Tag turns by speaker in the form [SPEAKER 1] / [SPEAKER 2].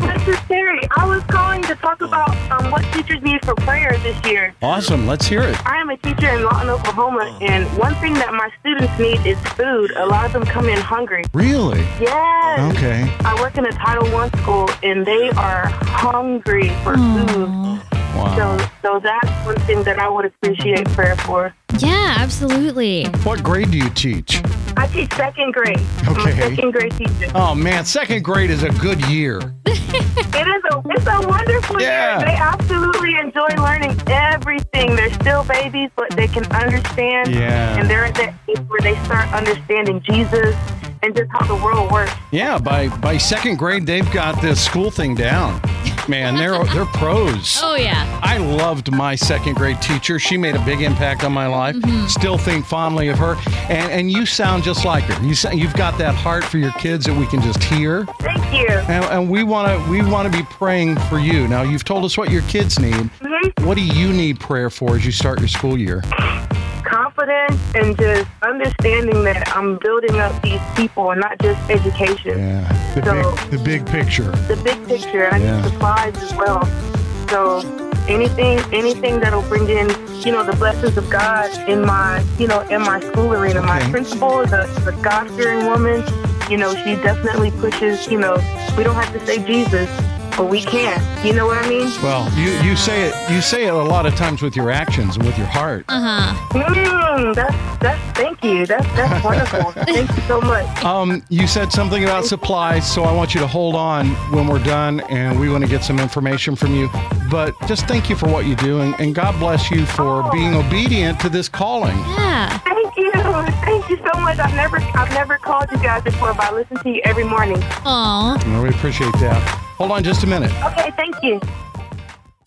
[SPEAKER 1] this is Terry. I was calling to talk about um, what teachers need for prayer this year.
[SPEAKER 2] Awesome. Let's hear it.
[SPEAKER 1] I am a teacher in Lawton, Oklahoma,
[SPEAKER 2] Oh.
[SPEAKER 1] and one thing that my students need is food. A lot of them come in hungry.
[SPEAKER 2] Really?
[SPEAKER 1] Yes.
[SPEAKER 2] Okay.
[SPEAKER 1] I work in a Title One school, and they are hungry for food.
[SPEAKER 2] Wow.
[SPEAKER 1] So, so that's one thing that I would appreciate prayer for.
[SPEAKER 3] Yeah, absolutely.
[SPEAKER 2] What grade do you teach?
[SPEAKER 1] I teach second grade. I'm a
[SPEAKER 2] Okay.
[SPEAKER 1] second grade teacher.
[SPEAKER 2] Oh man, second grade is a good year.
[SPEAKER 1] It is a it's a wonderful
[SPEAKER 2] Yeah.
[SPEAKER 1] year. They absolutely enjoy learning everything. They're still babies, but they can understand.
[SPEAKER 2] Yeah.
[SPEAKER 1] And they're at that age where they start understanding Jesus and just how the world works.
[SPEAKER 2] Yeah, by by second grade they've got this school thing down. Man, they're they're pros.
[SPEAKER 3] Oh, yeah.
[SPEAKER 2] I loved my second grade teacher. She made a big impact on my life. Still think fondly of her. And and you sound just like her. You sound, you've got that heart for your kids that we can just hear.
[SPEAKER 1] Thank you.
[SPEAKER 2] And, and we want to we want to be praying for you. Now you've told us what your kids need.
[SPEAKER 1] Mhm.
[SPEAKER 2] What do you need prayer for as you start your school year?
[SPEAKER 1] Confidence and just understanding that I'm building up these people and not just education.
[SPEAKER 2] Yeah, the
[SPEAKER 1] So-
[SPEAKER 2] big the big picture.
[SPEAKER 1] The big picture. I
[SPEAKER 2] Yeah.
[SPEAKER 1] need supplies as well. So anything anything that'll bring in, you know, the blessings of God in my you know, in my school arena.
[SPEAKER 2] Okay.
[SPEAKER 1] My principal is a, is a God fearing woman. You know, she definitely pushes, you know, we don't have to say Jesus, but we can. You know what I mean?
[SPEAKER 2] Well, you you say it you say it a lot of times with your actions and with your heart.
[SPEAKER 1] Uh-huh.
[SPEAKER 3] Uh huh.
[SPEAKER 1] Mm, that's that's thank you. That's that's wonderful. thank you so much.
[SPEAKER 2] Um, you said something about supplies, so I want you to hold on when we're done, and we want to get some information from you. But just thank you for what you do, and, and God bless you for
[SPEAKER 1] Oh.
[SPEAKER 2] being obedient to this calling.
[SPEAKER 3] Yeah.
[SPEAKER 1] Thank you. Thank you so much. I've never I've never called you guys before, but I listen to you every morning.
[SPEAKER 3] Aw.
[SPEAKER 2] And we appreciate that. Hold on just a minute.
[SPEAKER 1] Okay, thank you.